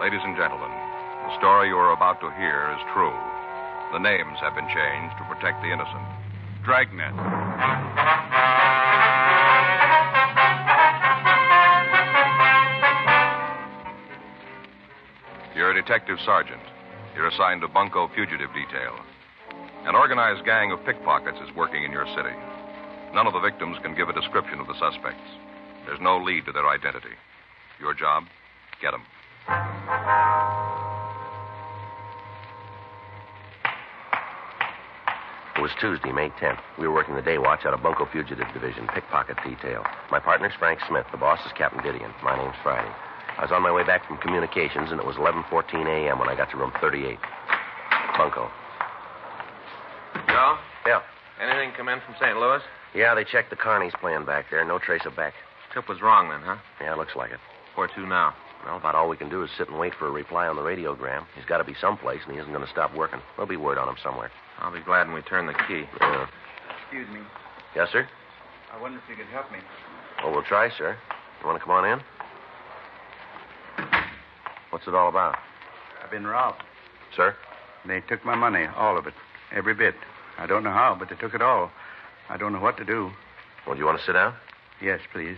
Ladies and gentlemen, the story you are about to hear is true. The names have been changed to protect the innocent. Dragnet. You're a detective sergeant. You're assigned to Bunko Fugitive Detail. An organized gang of pickpockets is working in your city. None of the victims can give a description of the suspects. There's no lead to their identity. Your job? Get them. It was Tuesday, May 10th. We were working the day watch out of Bunko Fugitive Division, pickpocket detail. My partner's Frank Smith. The boss is Captain Didion. My name's Friday. I was on my way back from communications, and it was 11.14 a.m. when I got to room 38. Bunko. No? Yeah. Anything come in from St. Louis? Yeah, they checked the Carney's plan back there. No trace of Beck. Tip was wrong then, huh? Yeah, looks like it. Where to now? Well, about all we can do is sit and wait for a reply on the radiogram. He's got to be someplace, and he isn't going to stop working. There'll be word on him somewhere. I'll be glad when we turn the key. Yeah. Excuse me. Yes, sir? I wonder if you could help me. Oh, we'll try, sir. You want to come on in? What's it all about? I've been robbed. Sir? They took my money, all of it, every bit. I don't know how, but they took it all. I don't know what to do. Well, do you want to sit down? Yes, please.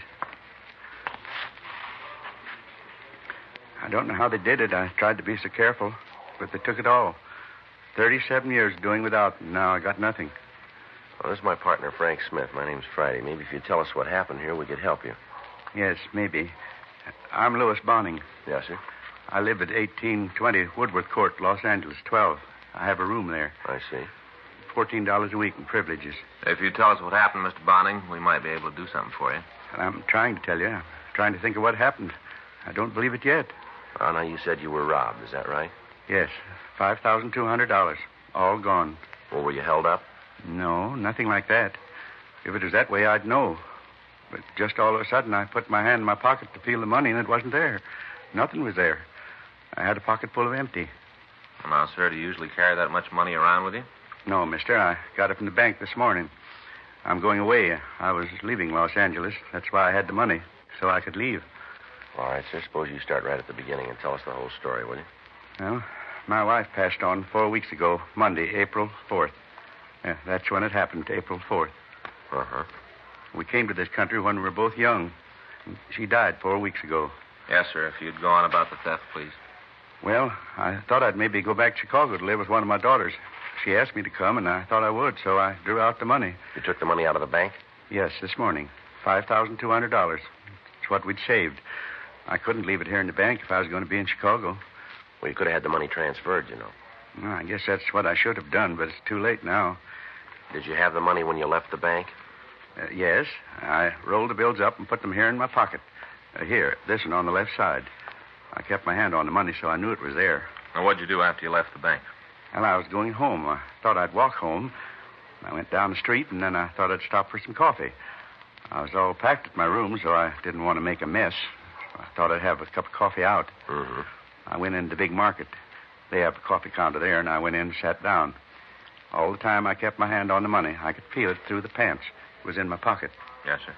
I don't know how they did it. I tried to be so careful, but they took it all. 37 years doing without, and now I got nothing. Well, Oh, this is my partner, Frank Smith. My name's Friday. Maybe if you tell us what happened here, we could help you. Yes, maybe. I'm Louis Bonning. Yes, sir. I live at 1820 Woodworth Court, Los Angeles, 12. I have a room there, I see. $14 a week in privileges. If you tell us what happened, Mr. Bonning, we might be able to do something for you. And I'm trying to tell you, I'm trying to think of what happened. I don't believe it yet. Oh, now you said you were robbed. Is that right? Yes, $5,200, all gone. Well, were you held up? No, nothing like that. If it was that way, I'd know. But just all of a sudden, I put my hand in my pocket to feel the money, and it wasn't there. Nothing was there. I had a pocket full of empty. Now, sir, do you usually carry that much money around with you? No, mister, I got it from the bank this morning. I'm going away. I was leaving Los Angeles. That's why I had the money, so I could leave. All right, sir. Suppose you start right at the beginning and tell us the whole story, will you? Well, my wife passed on four weeks ago, Monday, April 4th. Uh, that's when it happened, April 4th. Uh Uh-huh. huh. We came to this country when we were both young. She died four weeks ago. Yes, sir. If you'd go on about the theft, please. Well, I thought I'd maybe go back to Chicago to live with one of my daughters. She asked me to come, and I thought I would, so I drew out the money. You took the money out of the bank? Yes, this morning. $5,200. It's what we'd saved. I couldn't leave it here in the bank if I was going to be in Chicago. Well, you could have had the money transferred, you know. Well, I guess that's what I should have done, but it's too late now. Did you have the money when you left the bank? Uh, yes, I rolled the bills up and put them here in my pocket. Uh, here, this one on the left side. I kept my hand on the money, so I knew it was there. Now, what'd you do after you left the bank? And I was going home. I thought I'd walk home. I went down the street, and then I thought I'd stop for some coffee. I was all packed at my room, so I didn't want to make a mess. I thought I'd have a cup of coffee out. Mm-hmm. I went into the big market. They have a coffee counter there, and I went in and sat down. All the time I kept my hand on the money. I could feel it through the pants. It was in my pocket. Yes, sir.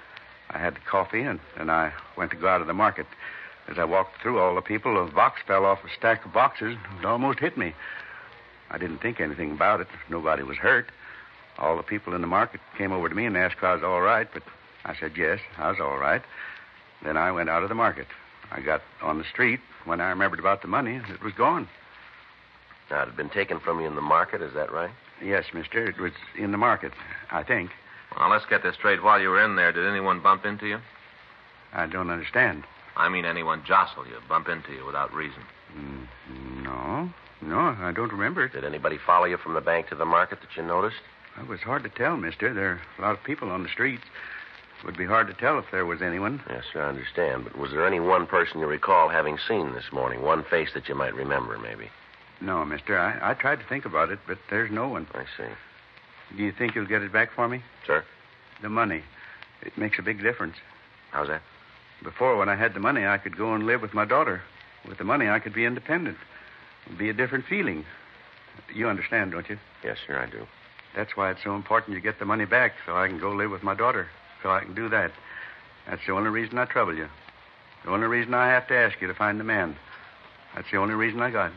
I had the coffee, and then I went to go out of the market. As I walked through all the people, a box fell off a stack of boxes and almost hit me. I didn't think anything about it. Nobody was hurt. All the people in the market came over to me and asked if I was all right, but I said yes, I was all right. Then I went out of the market. I got on the street. When I remembered about the money, it was gone. Now, it had been taken from you in the market, is that right? Yes, mister, it was in the market, I think. Well, let's get this straight. While you were in there, did anyone bump into you? I don't understand. I mean, anyone jostle you, bump into you without reason. Mm, No, no, I don't remember it. Did anybody follow you from the bank to the market that you noticed? It was hard to tell, mister. There are a lot of people on the streets. It would be hard to tell if there was anyone. Yes, sir, I understand. But was there any one person you recall having seen this morning? One face that you might remember, maybe? No, mister, I, I tried to think about it, but there's no one. I see. Do you think you'll get it back for me? Sir? The money. It makes a big difference. How's that? Before, when I had the money, I could go and live with my daughter. With the money, I could be independent. It'd be a different feeling. You understand, don't you? Yes, sir, I do. That's why it's so important you get the money back, so I can go live with my daughter. So I can do that. That's the only reason I trouble you. The only reason I have to ask you to find the man. That's the only reason I got it.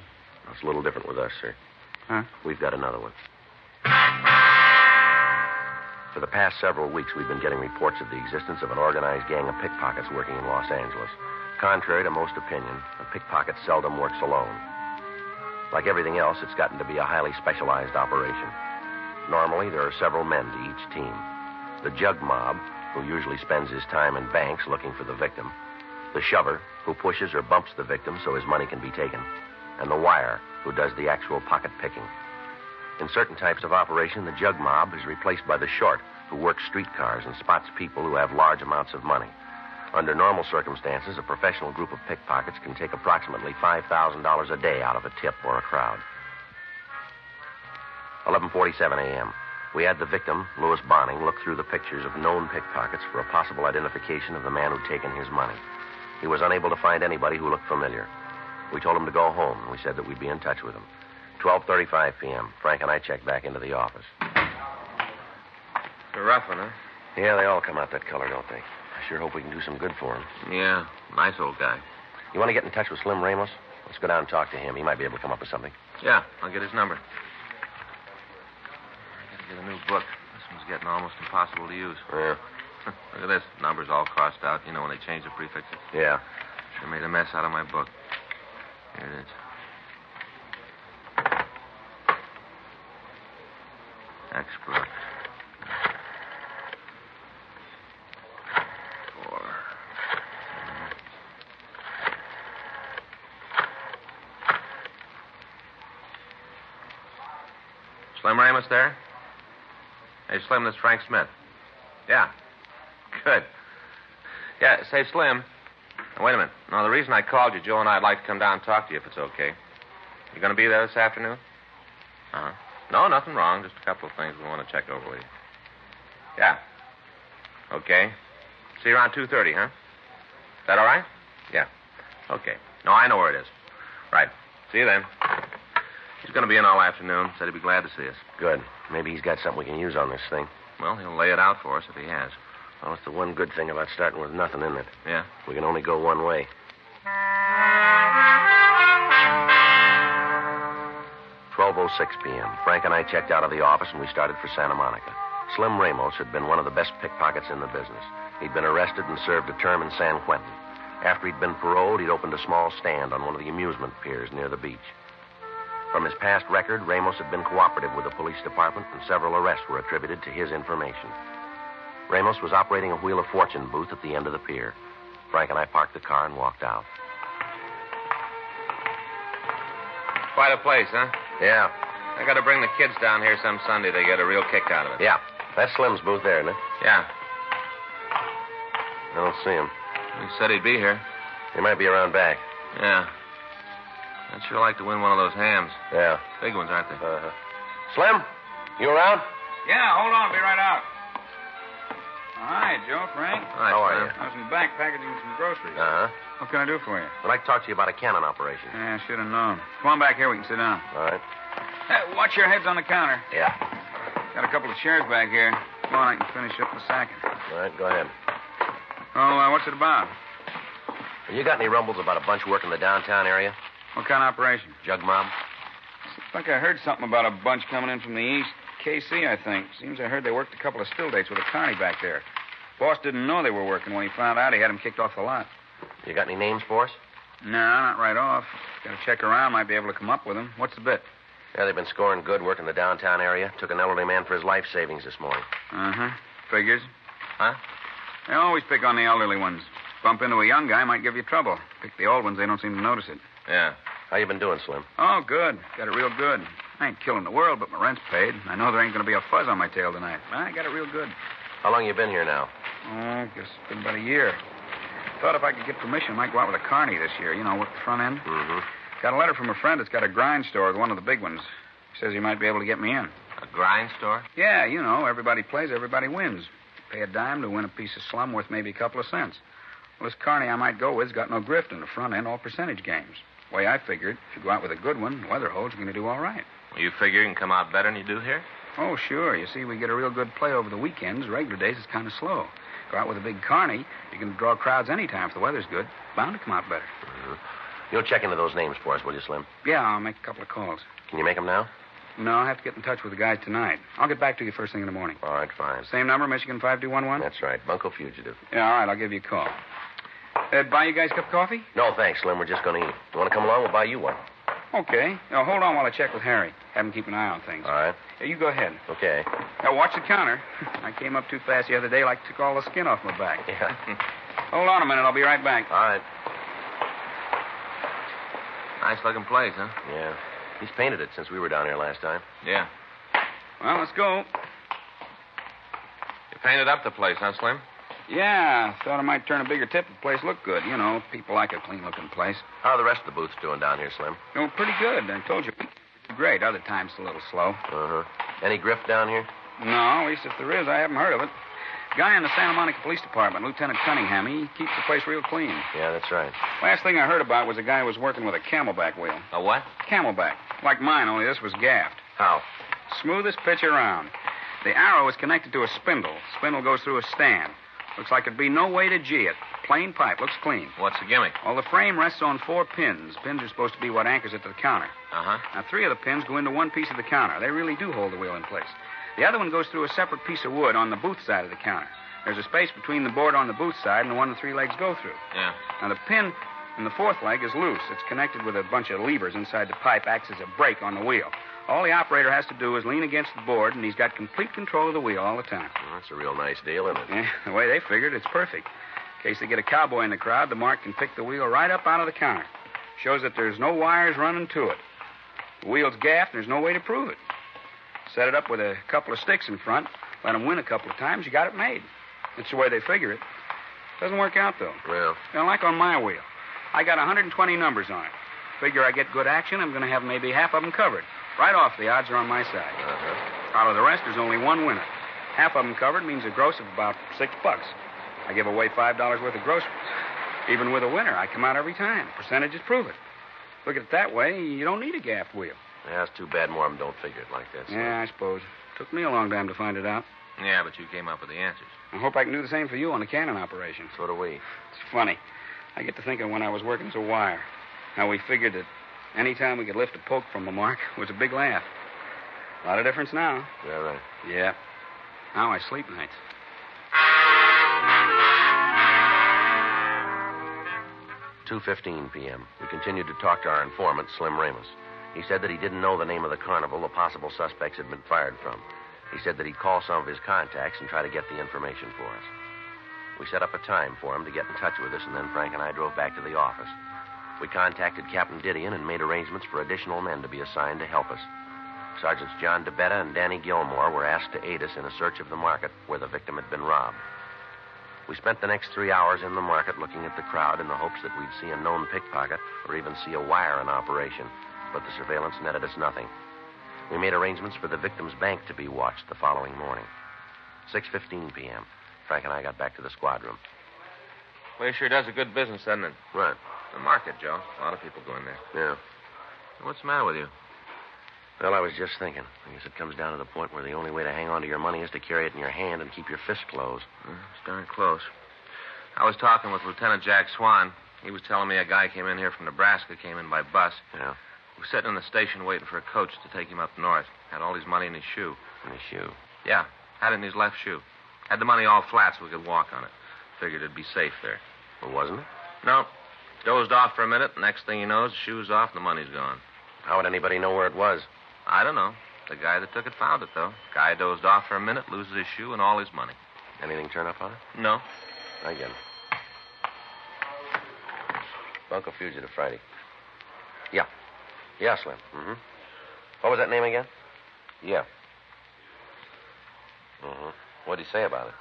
It's a little different with us, sir. Huh? We've got another one. For the past several weeks, we've been getting reports of the existence of an organized gang of pickpockets working in Los Angeles. Contrary to most opinion, a pickpocket seldom works alone. Like everything else, it's gotten to be a highly specialized operation. Normally, there are several men to each team. The jug mob, who usually spends his time in banks looking for the victim, the shover, who pushes or bumps the victim so his money can be taken, and the wire, who does the actual pocket picking. In certain types of operation, the jug mob is replaced by the short, who works streetcars and spots people who have large amounts of money. Under normal circumstances, a professional group of pickpockets can take approximately $5,000 a day out of a tip or a crowd. 11:47 a.m. We had the victim, Louis Bonning, look through the pictures of known pickpockets for a possible identification of the man who'd taken his money. He was unable to find anybody who looked familiar. We told him to go home, and we said that we'd be in touch with him. 12:35 p.m. Frank and I checked back into the office. It's a rough one, huh? Yeah, they all come out that color, don't they? I sure hope we can do some good for him. Yeah. Nice old guy. You want to get in touch with Slim Ramos? Let's go down and talk to him. He might be able to come up with something. Yeah, I'll get his number. I gotta get a new book. This one's getting almost impossible to use. Yeah. Look at this. Numbers all crossed out. You know when they change the prefixes. Yeah. They made a mess out of my book. Here it is. Expert. Four. Slim Ramos there? Hey, Slim, this is Frank Smith. Yeah. Good. Yeah, say, Slim. Now, wait a minute. Now, the reason I called you, Joe and I'd like to come down and talk to you if it's okay. You going to be there this afternoon? Uh huh. No, nothing wrong. Just a couple of things we want to check over with you. Yeah. Okay. See you around 2.30, huh? Is that all right? Yeah. Okay. No, I know where it is. Right. See you then. He's going to be in all afternoon. Said he'd be glad to see us. Good. Maybe he's got something we can use on this thing. Well, he'll lay it out for us if he has. Well, it's the one good thing about starting with nothing, isn't it? Yeah. We can only go one way. 12.06 p.m. Frank and I checked out of the office and we started for Santa Monica. Slim Ramos had been one of the best pickpockets in the business. He'd been arrested and served a term in San Quentin. After he'd been paroled, he'd opened a small stand on one of the amusement piers near the beach. From his past record, Ramos had been cooperative with the police department, and several arrests were attributed to his information. Ramos was operating a Wheel of Fortune booth at the end of the pier. Frank and I parked the car and walked out. Quite a place, huh? Yeah, I got to bring the kids down here some Sunday. They get a real kick out of it. yeah. That's Slim's booth there, isn't it? Yeah. I don't see him. He said he'd be here. He might be around back. Yeah. I'd sure like to win one of those hams. Yeah. Big ones, aren't they? Uh-huh. Slim, you around? Yeah, hold on. Be right out. Hi, Joe, Frank. Hi, How are Slim. you? I was in the back packaging some groceries. Uh-huh. What can I do for you? I'd like to talk to you about a cannon operation. Yeah, I should have known. Come on back here. We can sit down. All right. Hey, watch your heads on the counter. Yeah. Got a couple of chairs back here. Come on, I can finish up the sacking. All right, go ahead. Oh, uh, what's it about? Have you got any rumbles about a bunch working the downtown area? What kind of operation? Jug mob? I think I heard something about a bunch coming in from the east. KC, I think. Seems I heard they worked a couple of still dates with a carney back there. Boss didn't know they were working. When he found out, he had them kicked off the lot. You got any names for us? No, not right off. Got to check around. Might be able to come up with them. What's the bit? Yeah, they've been scoring good working the downtown area. Took an elderly man for his life savings this morning. Uh huh. Figures. Huh? They always pick on the elderly ones. Bump into a young guy might give you trouble. Pick the old ones, they don't seem to notice it. Yeah. How you been doing, Slim? Oh, good. Got it real good. I ain't killing the world, but my rent's paid. I know there ain't going to be a fuzz on my tail tonight. I got it real good. How long you been here now? Oh, I guess it's been about a year. Thought if I could get permission, I might go out with a carney this year. You know, work the front end. Mm-hmm. Got a letter from a friend that's got a grind store with one of the big ones. Says he might be able to get me in. A grind store? Yeah, you know, everybody plays, everybody wins. Pay a dime to win a piece of slum worth maybe a couple of cents. Well, this carney I might go with's got no grift in the front end, all percentage games. Way I figured, if you go out with a good one, Weatherhold's going to do all right. Well, you figure you can come out better than you do here? Oh, sure. You see, we get a real good play over the weekends. Regular days, it's kind of slow. Go out with a big carney, you can draw crowds any time if the weather's good. Bound to come out better. You'll check into those names for us, will you, Slim? Yeah, I'll make a couple of calls. Can you make them now? No, I'll have to get in touch with the guys tonight. I'll get back to you first thing in the morning. All right, fine. Same number, Michigan 5211? That's right. Bunko fugitive. Yeah, all right, I'll give you a call. Uh, buy you guys a cup of coffee? No, thanks, Slim. We're just going to eat. You want to come along? We'll buy you one. Okay. Now, hold on while I check with Harry. Have him keep an eye on things. All right. Uh, you go ahead. Okay. Now, watch the counter. I came up too fast the other day, like took all the skin off my back. Yeah. Hold on a minute, I'll be right back. All right. Nice looking place, huh? Yeah. He's painted it since we were down here last time. Yeah. Well, let's go. You painted up the place, huh, Slim? Yeah, thought I might turn a bigger tip if the place looked good. You know, people like a clean looking place. How are the rest of the booths doing down here, Slim? You know, pretty good. I told you. Great. Other times a little slow. Uh huh. Any grift down here? No, at least if there is, I haven't heard of it. Guy in the Santa Monica Police Department, Lieutenant Cunningham, he keeps the place real clean. Yeah, that's right. Last thing I heard about was a guy who was working with a camelback wheel. A what? Camelback. Like mine, only this was gaffed. How? Smoothest pitch around. The arrow is connected to a spindle. Spindle goes through a stand. Looks like it'd be no way to G it. Plain pipe. Looks clean. What's the gimmick? Well, the frame rests on four pins. Pins are supposed to be what anchors it to the counter. Uh-huh. Uh huh. Now, three of the pins go into one piece of the counter. They really do hold the wheel in place. The other one goes through a separate piece of wood on the booth side of the counter. There's a space between the board on the booth side and the one the three legs go through. Yeah. Now, the pin in the fourth leg is loose. It's connected with a bunch of levers inside the pipe, acts as a brake on the wheel. All the operator has to do is lean against the board, and he's got complete control of the wheel all the time. Well, that's a real nice deal, isn't it? Yeah, Eh? the way they figured, it's perfect. In case they get a cowboy in the crowd, the mark can pick the wheel right up out of the counter. Shows that there's no wires running to it. The wheel's gaffed, and there's no way to prove it. Set it up with a couple of sticks in front, let 'em win a couple of times, you got it made. That's the way they figure it. Doesn't work out, though. Well, Now, like on my wheel, I got 120 numbers on it. Figure I get good action, I'm going to have maybe half of them covered. Right off, the odds are on my side. uh-huh. Out of the rest, there's only one winner. Half of them covered means a gross of about six bucks. I give away five dollars worth of groceries. Even with a winner, I come out every time. Percentages prove it. Look at it that way, you don't need a gaff wheel. Yeah, it's too bad more of them don't figure it like that. Slim. Yeah, I suppose. Took me a long time to find it out. Yeah, but you came up with the answers. I hope I can do the same for you on the cannon operation. So do we. It's funny. I get to thinking when I was working as a wire, how we figured that any time we could lift a poke from a mark was a big laugh. A lot of difference now. Yeah, right. Yeah. Now I sleep nights. Two fifteen p.m. We continued to talk to our informant, Slim Ramos. He said that he didn't know the name of the carnival the possible suspects had been fired from. He said that he'd call some of his contacts and try to get the information for us. We set up a time for him to get in touch with us, and then Frank and I drove back to the office. We contacted Captain Didion and made arrangements for additional men to be assigned to help us. Sergeants John DeBetta and Danny Gilmore were asked to aid us in a search of the market where the victim had been robbed. We spent the next three hours in the market looking at the crowd in the hopes that we'd see a known pickpocket or even see a wire in operation, but the surveillance netted us nothing. We made arrangements for the victim's bank to be watched the following morning. 6.15 p.m. Frank and I got back to the squad room. Well, it sure does a good business, doesn't it? Right. The market, Joe. A lot of people go in there. Yeah. What's the matter with you? Well, I was just thinking. I guess it comes down to the point where the only way to hang on to your money is to carry it in your hand and keep your fist closed. Uh, It's darn close. I was talking with Lieutenant Jack Swan. He was telling me a guy came in here from Nebraska, came in by bus. Yeah. He was sitting in the station waiting for a coach to take him up north. Had all his money in his shoe. In a shoe. Yeah, had it in his left shoe. Had the money all flat so we could walk on it. Figured it'd be safe there. Well, wasn't it? No, dozed off for a minute. Next thing you know, the shoe's off and the money's gone. How would anybody know where it was? I don't know. The guy that took it found it, though. Guy dozed off for a minute, loses his shoe and all his money. Anything turn up on it? No. I get it. Bunko Fugitive Friday. Yeah. Yeah, Slim. Mm-hmm. What was that name again? Yeah. Mm-hmm. What'd he say about it?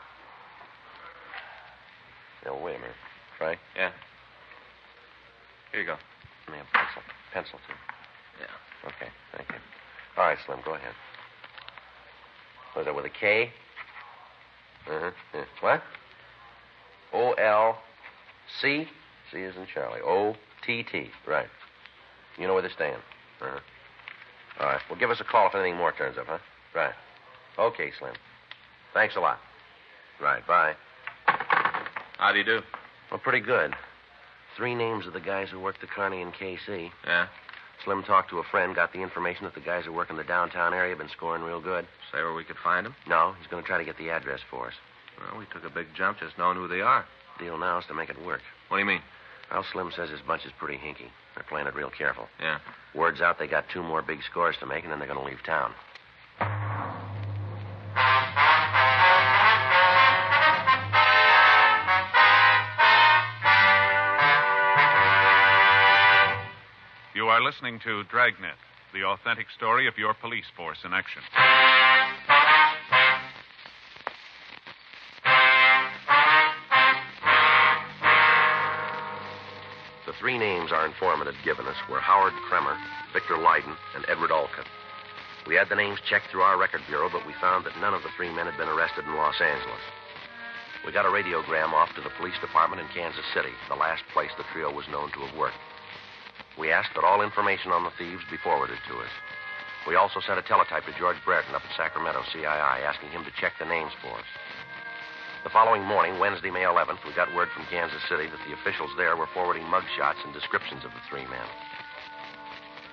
Now, wait a minute. Frank? Yeah. Here you go. Give me a pencil. Pencil, too. Yeah. Okay, thank you. All right, Slim, go ahead. Was it with a K? Uh-huh. yeah. What? O L C? C is in Charlie. O T T. Right. You know where to stand. Uh-huh. All right. Well, give us a call if anything more turns up, huh? Right. Okay, Slim. Thanks a lot. Right. Bye. How do you do? Well, pretty good. Three names of the guys who worked the Carney and KC. Yeah? Slim talked to a friend, got the information that the guys who work in the downtown area have been scoring real good. Say where we could find them? No, he's going to try to get the address for us. Well, we took a big jump just knowing who they are. Deal now is to make it work. What do you mean? Well, Slim says his bunch is pretty hinky. They're playing it real careful. Yeah. Word's out they got two more big scores to make, and then they're going to leave town. You are listening to Dragnet, the authentic story of your police force in action. The three names our informant had given us were Howard Kremer, Victor Lydon, and Edward Alcott. We had the names checked through our record bureau, but we found that none of the three men had been arrested in Los Angeles. We got a radiogram off to the police department in Kansas City, the last place the trio was known to have worked. We asked that all information on the thieves be forwarded to us. We also sent a teletype to George Brereton up at Sacramento CII, asking him to check the names for us. The following morning, Wednesday, May 11th, we got word from Kansas City that the officials there were forwarding mugshots and descriptions of the three men.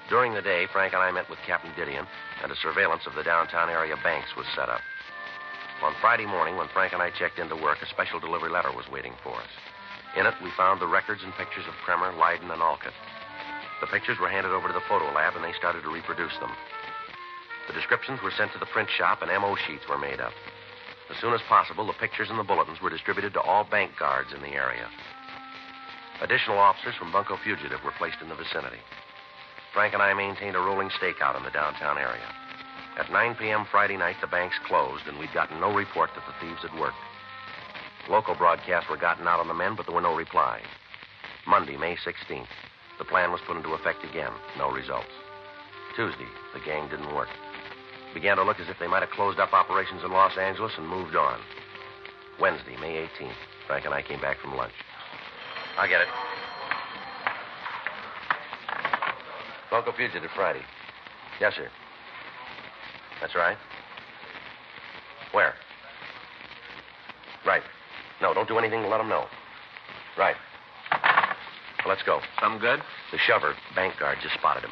During the day, Frank and I met with Captain Didion, and a surveillance of the downtown area banks was set up. On Friday morning, when Frank and I checked into work, a special delivery letter was waiting for us. In it, we found the records and pictures of Kremer, Lydon, and Alcott. The pictures were handed over to the photo lab, and they started to reproduce them. The descriptions were sent to the print shop, and MO sheets were made up. As soon as possible, the pictures and the bulletins were distributed to all bank guards in the area. Additional officers from Bunko Fugitive were placed in the vicinity. Frank and I maintained a rolling stakeout in the downtown area. At 9 p.m. Friday night, the banks closed, and we'd gotten no report that the thieves had worked. Local broadcasts were gotten out on the men, but there were no replies. Monday, May 16th, the plan was put into effect again. No results. Tuesday, the gang didn't work began to look as if they might have closed up operations in Los Angeles and moved on. Wednesday, May 18th, Frank and I came back from lunch. I'll get it. Local fugitive Friday. Yes, sir. That's right. Where? Right. No, don't do anything to let them know. Right. Well, let's go. Some good? The shover, bank guard, just spotted him.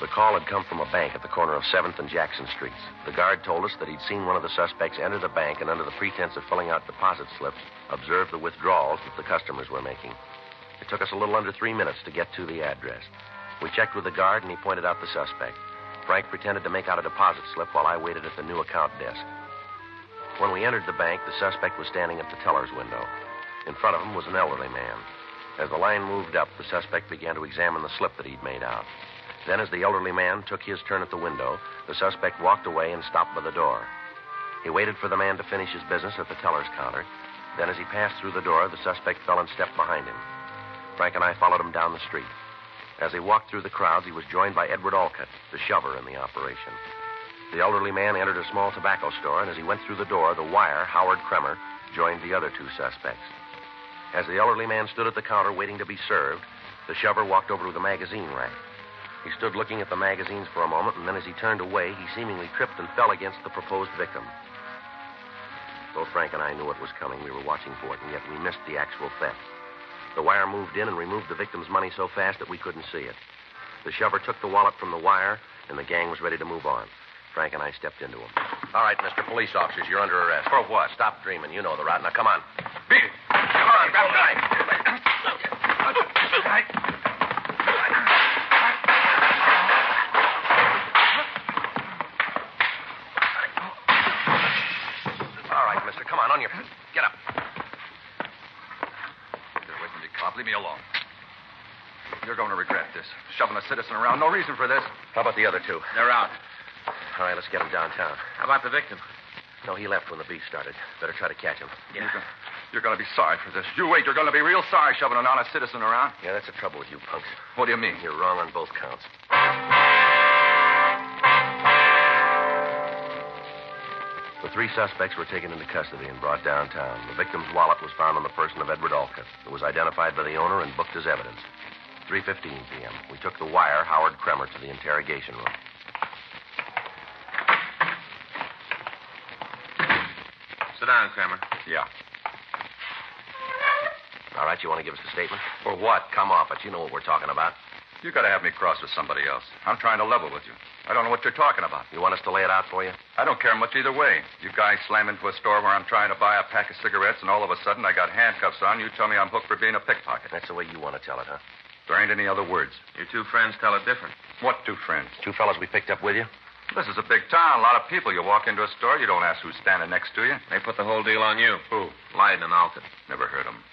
The call had come from a bank at the corner of 7th and Jackson Streets. The guard told us that he'd seen one of the suspects enter the bank and, under the pretense of filling out deposit slips, observe the withdrawals that the customers were making. It took us a little under three minutes to get to the address. We checked with the guard, and he pointed out the suspect. Frank pretended to make out a deposit slip while I waited at the new account desk. When we entered the bank, the suspect was standing at the teller's window. In front of him was an elderly man. As the line moved up, the suspect began to examine the slip that he'd made out. Then, as the elderly man took his turn at the window, the suspect walked away and stopped by the door. He waited for the man to finish his business at the teller's counter. Then, as he passed through the door, the suspect fell in step behind him. Frank and I followed him down the street. As he walked through the crowds, he was joined by Edward Alcott, the shover in the operation. The elderly man entered a small tobacco store, and as he went through the door, the wire, Howard Kremer, joined the other two suspects. As the elderly man stood at the counter waiting to be served, the shover walked over to the magazine rack. He stood looking at the magazines for a moment, and then as he turned away, he seemingly tripped and fell against the proposed victim. Both Frank and I knew it was coming. We were watching for it, and yet we missed the actual theft. The wire moved in and removed the victim's money so fast that we couldn't see it. The shover took the wallet from the wire, and the gang was ready to move on. Frank and I stepped into him. All right, Mr. Police Officers, you're under arrest. For what? Stop dreaming. You know the route. Now, come on. Beat it. Come on, grab the knife. All right, mister. Come on, on your feet. Get up. Get away from me, cop. Leave me alone. You're going to regret this. Shoving a citizen around. No reason for this. How about the other two? They're out. All right, let's get him downtown. How about the victim? No, he left when the beef started. Better try to catch him. You're gonna- You're going to be sorry for this. You wait. You're going to be real sorry shoving an honest citizen around. Yeah, that's the trouble with you punks. What do you mean? You're wrong on both counts. The three suspects were taken into custody and brought downtown. The victim's wallet was found on the person of Edward Alcott. It was identified by the owner and booked as evidence. 3.15 p.m. We took the wire, Howard Kremer, to the interrogation room. Sit down, Kramer. Yeah. All right, you want to give us the statement? For what? Come off it. You know what we're talking about. You gotta have me cross with somebody else. I'm trying to level with you. I don't know what you're talking about. You want us to lay it out for you? I don't care much either way. You guys slam into a store where I'm trying to buy a pack of cigarettes, and all of a sudden I got handcuffs on. You tell me I'm hooked for being a pickpocket. That's the way you want to tell it, huh? There ain't any other words. Your two friends tell it different. What two friends? Two fellas we picked up with you? This is a big town, a lot of people. You walk into a store, you don't ask who's standing next to you. They put the whole deal on you. Who? Lyden and Alton. Never heard 'em.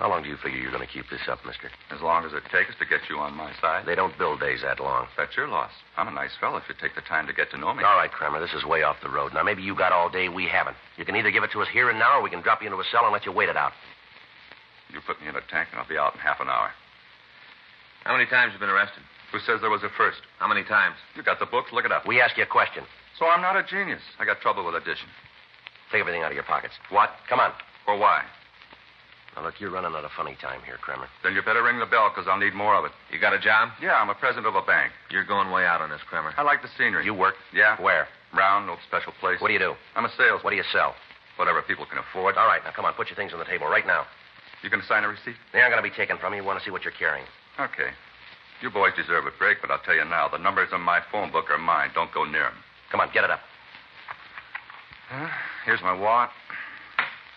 How long do you figure you're going to keep this up, mister? As long as it takes to get you on my side. They don't build days that long. That's your loss. I'm a nice fellow if you take the time to get to know me. All right, Kramer, this is way off the road. Now, maybe you got all day. We haven't. You can either give it to us here and now, or we can drop you into a cell and let you wait it out. You put me in a tank, and I'll be out in half an hour. How many times you been arrested? Who says there was a first? How many times? You got the books, look it up. We ask you a question. So I'm not a genius. I got trouble with addition. Take everything out of your pockets. What? Come on. Or why? Now, look, you're running out of funny time here, Kramer. Then you better ring the bell, because I'll need more of it. You got a job? Yeah, I'm a president of a bank. You're going way out on this, Kramer. I like the scenery. You work? Yeah. Where? Round, old special place. What do you do? I'm a salesman. What do you sell? Whatever people can afford. All right, now come on, put your things on the table right now. You can sign a receipt? They aren't going to be taken from you. We want to see what you're carrying. Okay. You boys deserve a break, but I'll tell you now, the numbers in my phone book are mine. Don't go near 'em. Come on, get it up. Here's my wallet,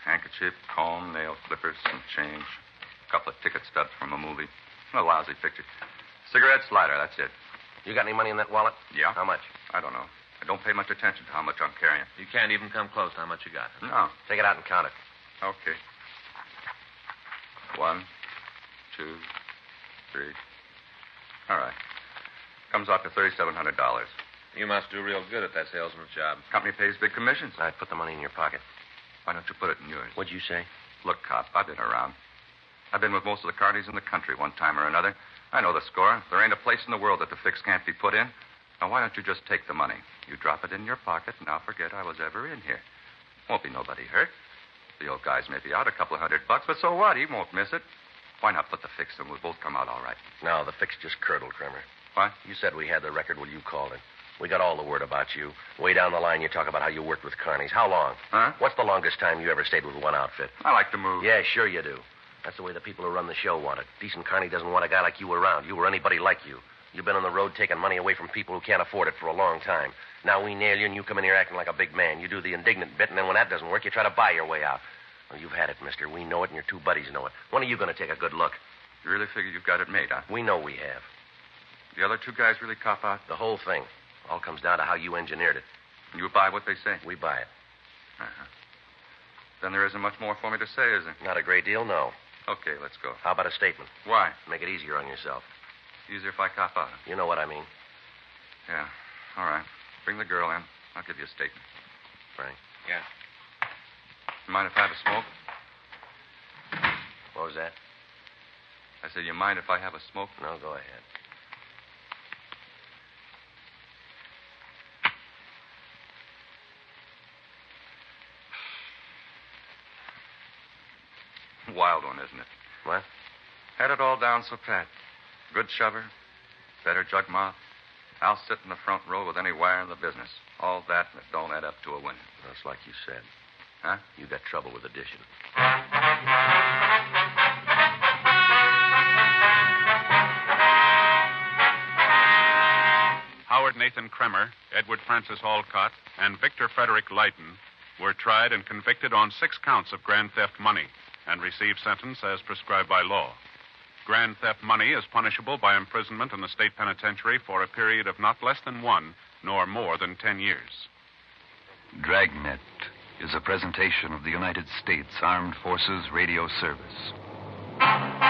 handkerchief, comb, nail clippers, some change, a couple of ticket stubs from a movie, and a lousy picture. Cigarette lighter, that's it. You got any money in that wallet? Yeah? How much? I don't know. I don't pay much attention to how much I'm carrying. You can't even come close to how much you got. No. Take it out and count it. Okay. One, two, three. All right. Comes out to $3,700. You must do real good at that salesman's job. Company pays big commissions. All right, put the money in your pocket. Why don't you put it in yours? What'd you say? Look, cop, I've been around. I've been with most of the carties in the country one time or another. I know the score. There ain't a place in the world that the fix can't be put in. Now, why don't you just take the money? You drop it in your pocket, and I'll forget I was ever in here. Won't be nobody hurt. The old guy's may be out a couple of hundred bucks, but so what? He won't miss it. Why not put the fix in? We'll both come out all right. No, the fix just curdled, Kramer. What? You said we had the record when you called it. We got all the word about you. Way down the line, you talk about how you worked with carnies. How long? Huh? Hmm. What's the longest time you ever stayed with one outfit? I like to move. Yeah, sure you do. That's the way the people who run the show want it. Decent carny doesn't want a guy like you around, you or anybody like you. You've been on the road taking money away from people who can't afford it for a long time. Now we nail you, and you come in here acting like a big man. You do the indignant bit, and then when that doesn't work, you try to buy your way out. Well, you've had it, mister. We know it, and your two buddies know it. When are you going to take a good look? You really figure you've got it made, huh? We know we have. The other two guys really cop out? The whole thing. All comes down to how you engineered it. And you buy what they say? We buy it. Uh-huh. Then there isn't much more for me to say, is there? Not a great deal, no. Okay, let's go. How about a statement? Why? Make it easier on yourself. Easier if I cop out. You know what I mean. Yeah. All right. Bring the girl in. I'll give you a statement. Frank. Yeah. Mind if I have a smoke? What was that? I said, you mind if I have a smoke? No, go ahead. Wild one, isn't it? What? Had it all down so pat. Good shover, better jug mouth. I'll sit in the front row with any wire in the business. All that and it don't add up to a winner. That's like you said. Huh? You got trouble with addition. Howard Nathan Kremer, Edward Francis Alcott, and Victor Frederick Lytton were tried and convicted on six counts of grand theft money and received sentence as prescribed by law. Grand theft money is punishable by imprisonment in the state penitentiary for a period of not less than one nor more than ten years. Dragnet is a presentation of the United States Armed Forces Radio Service.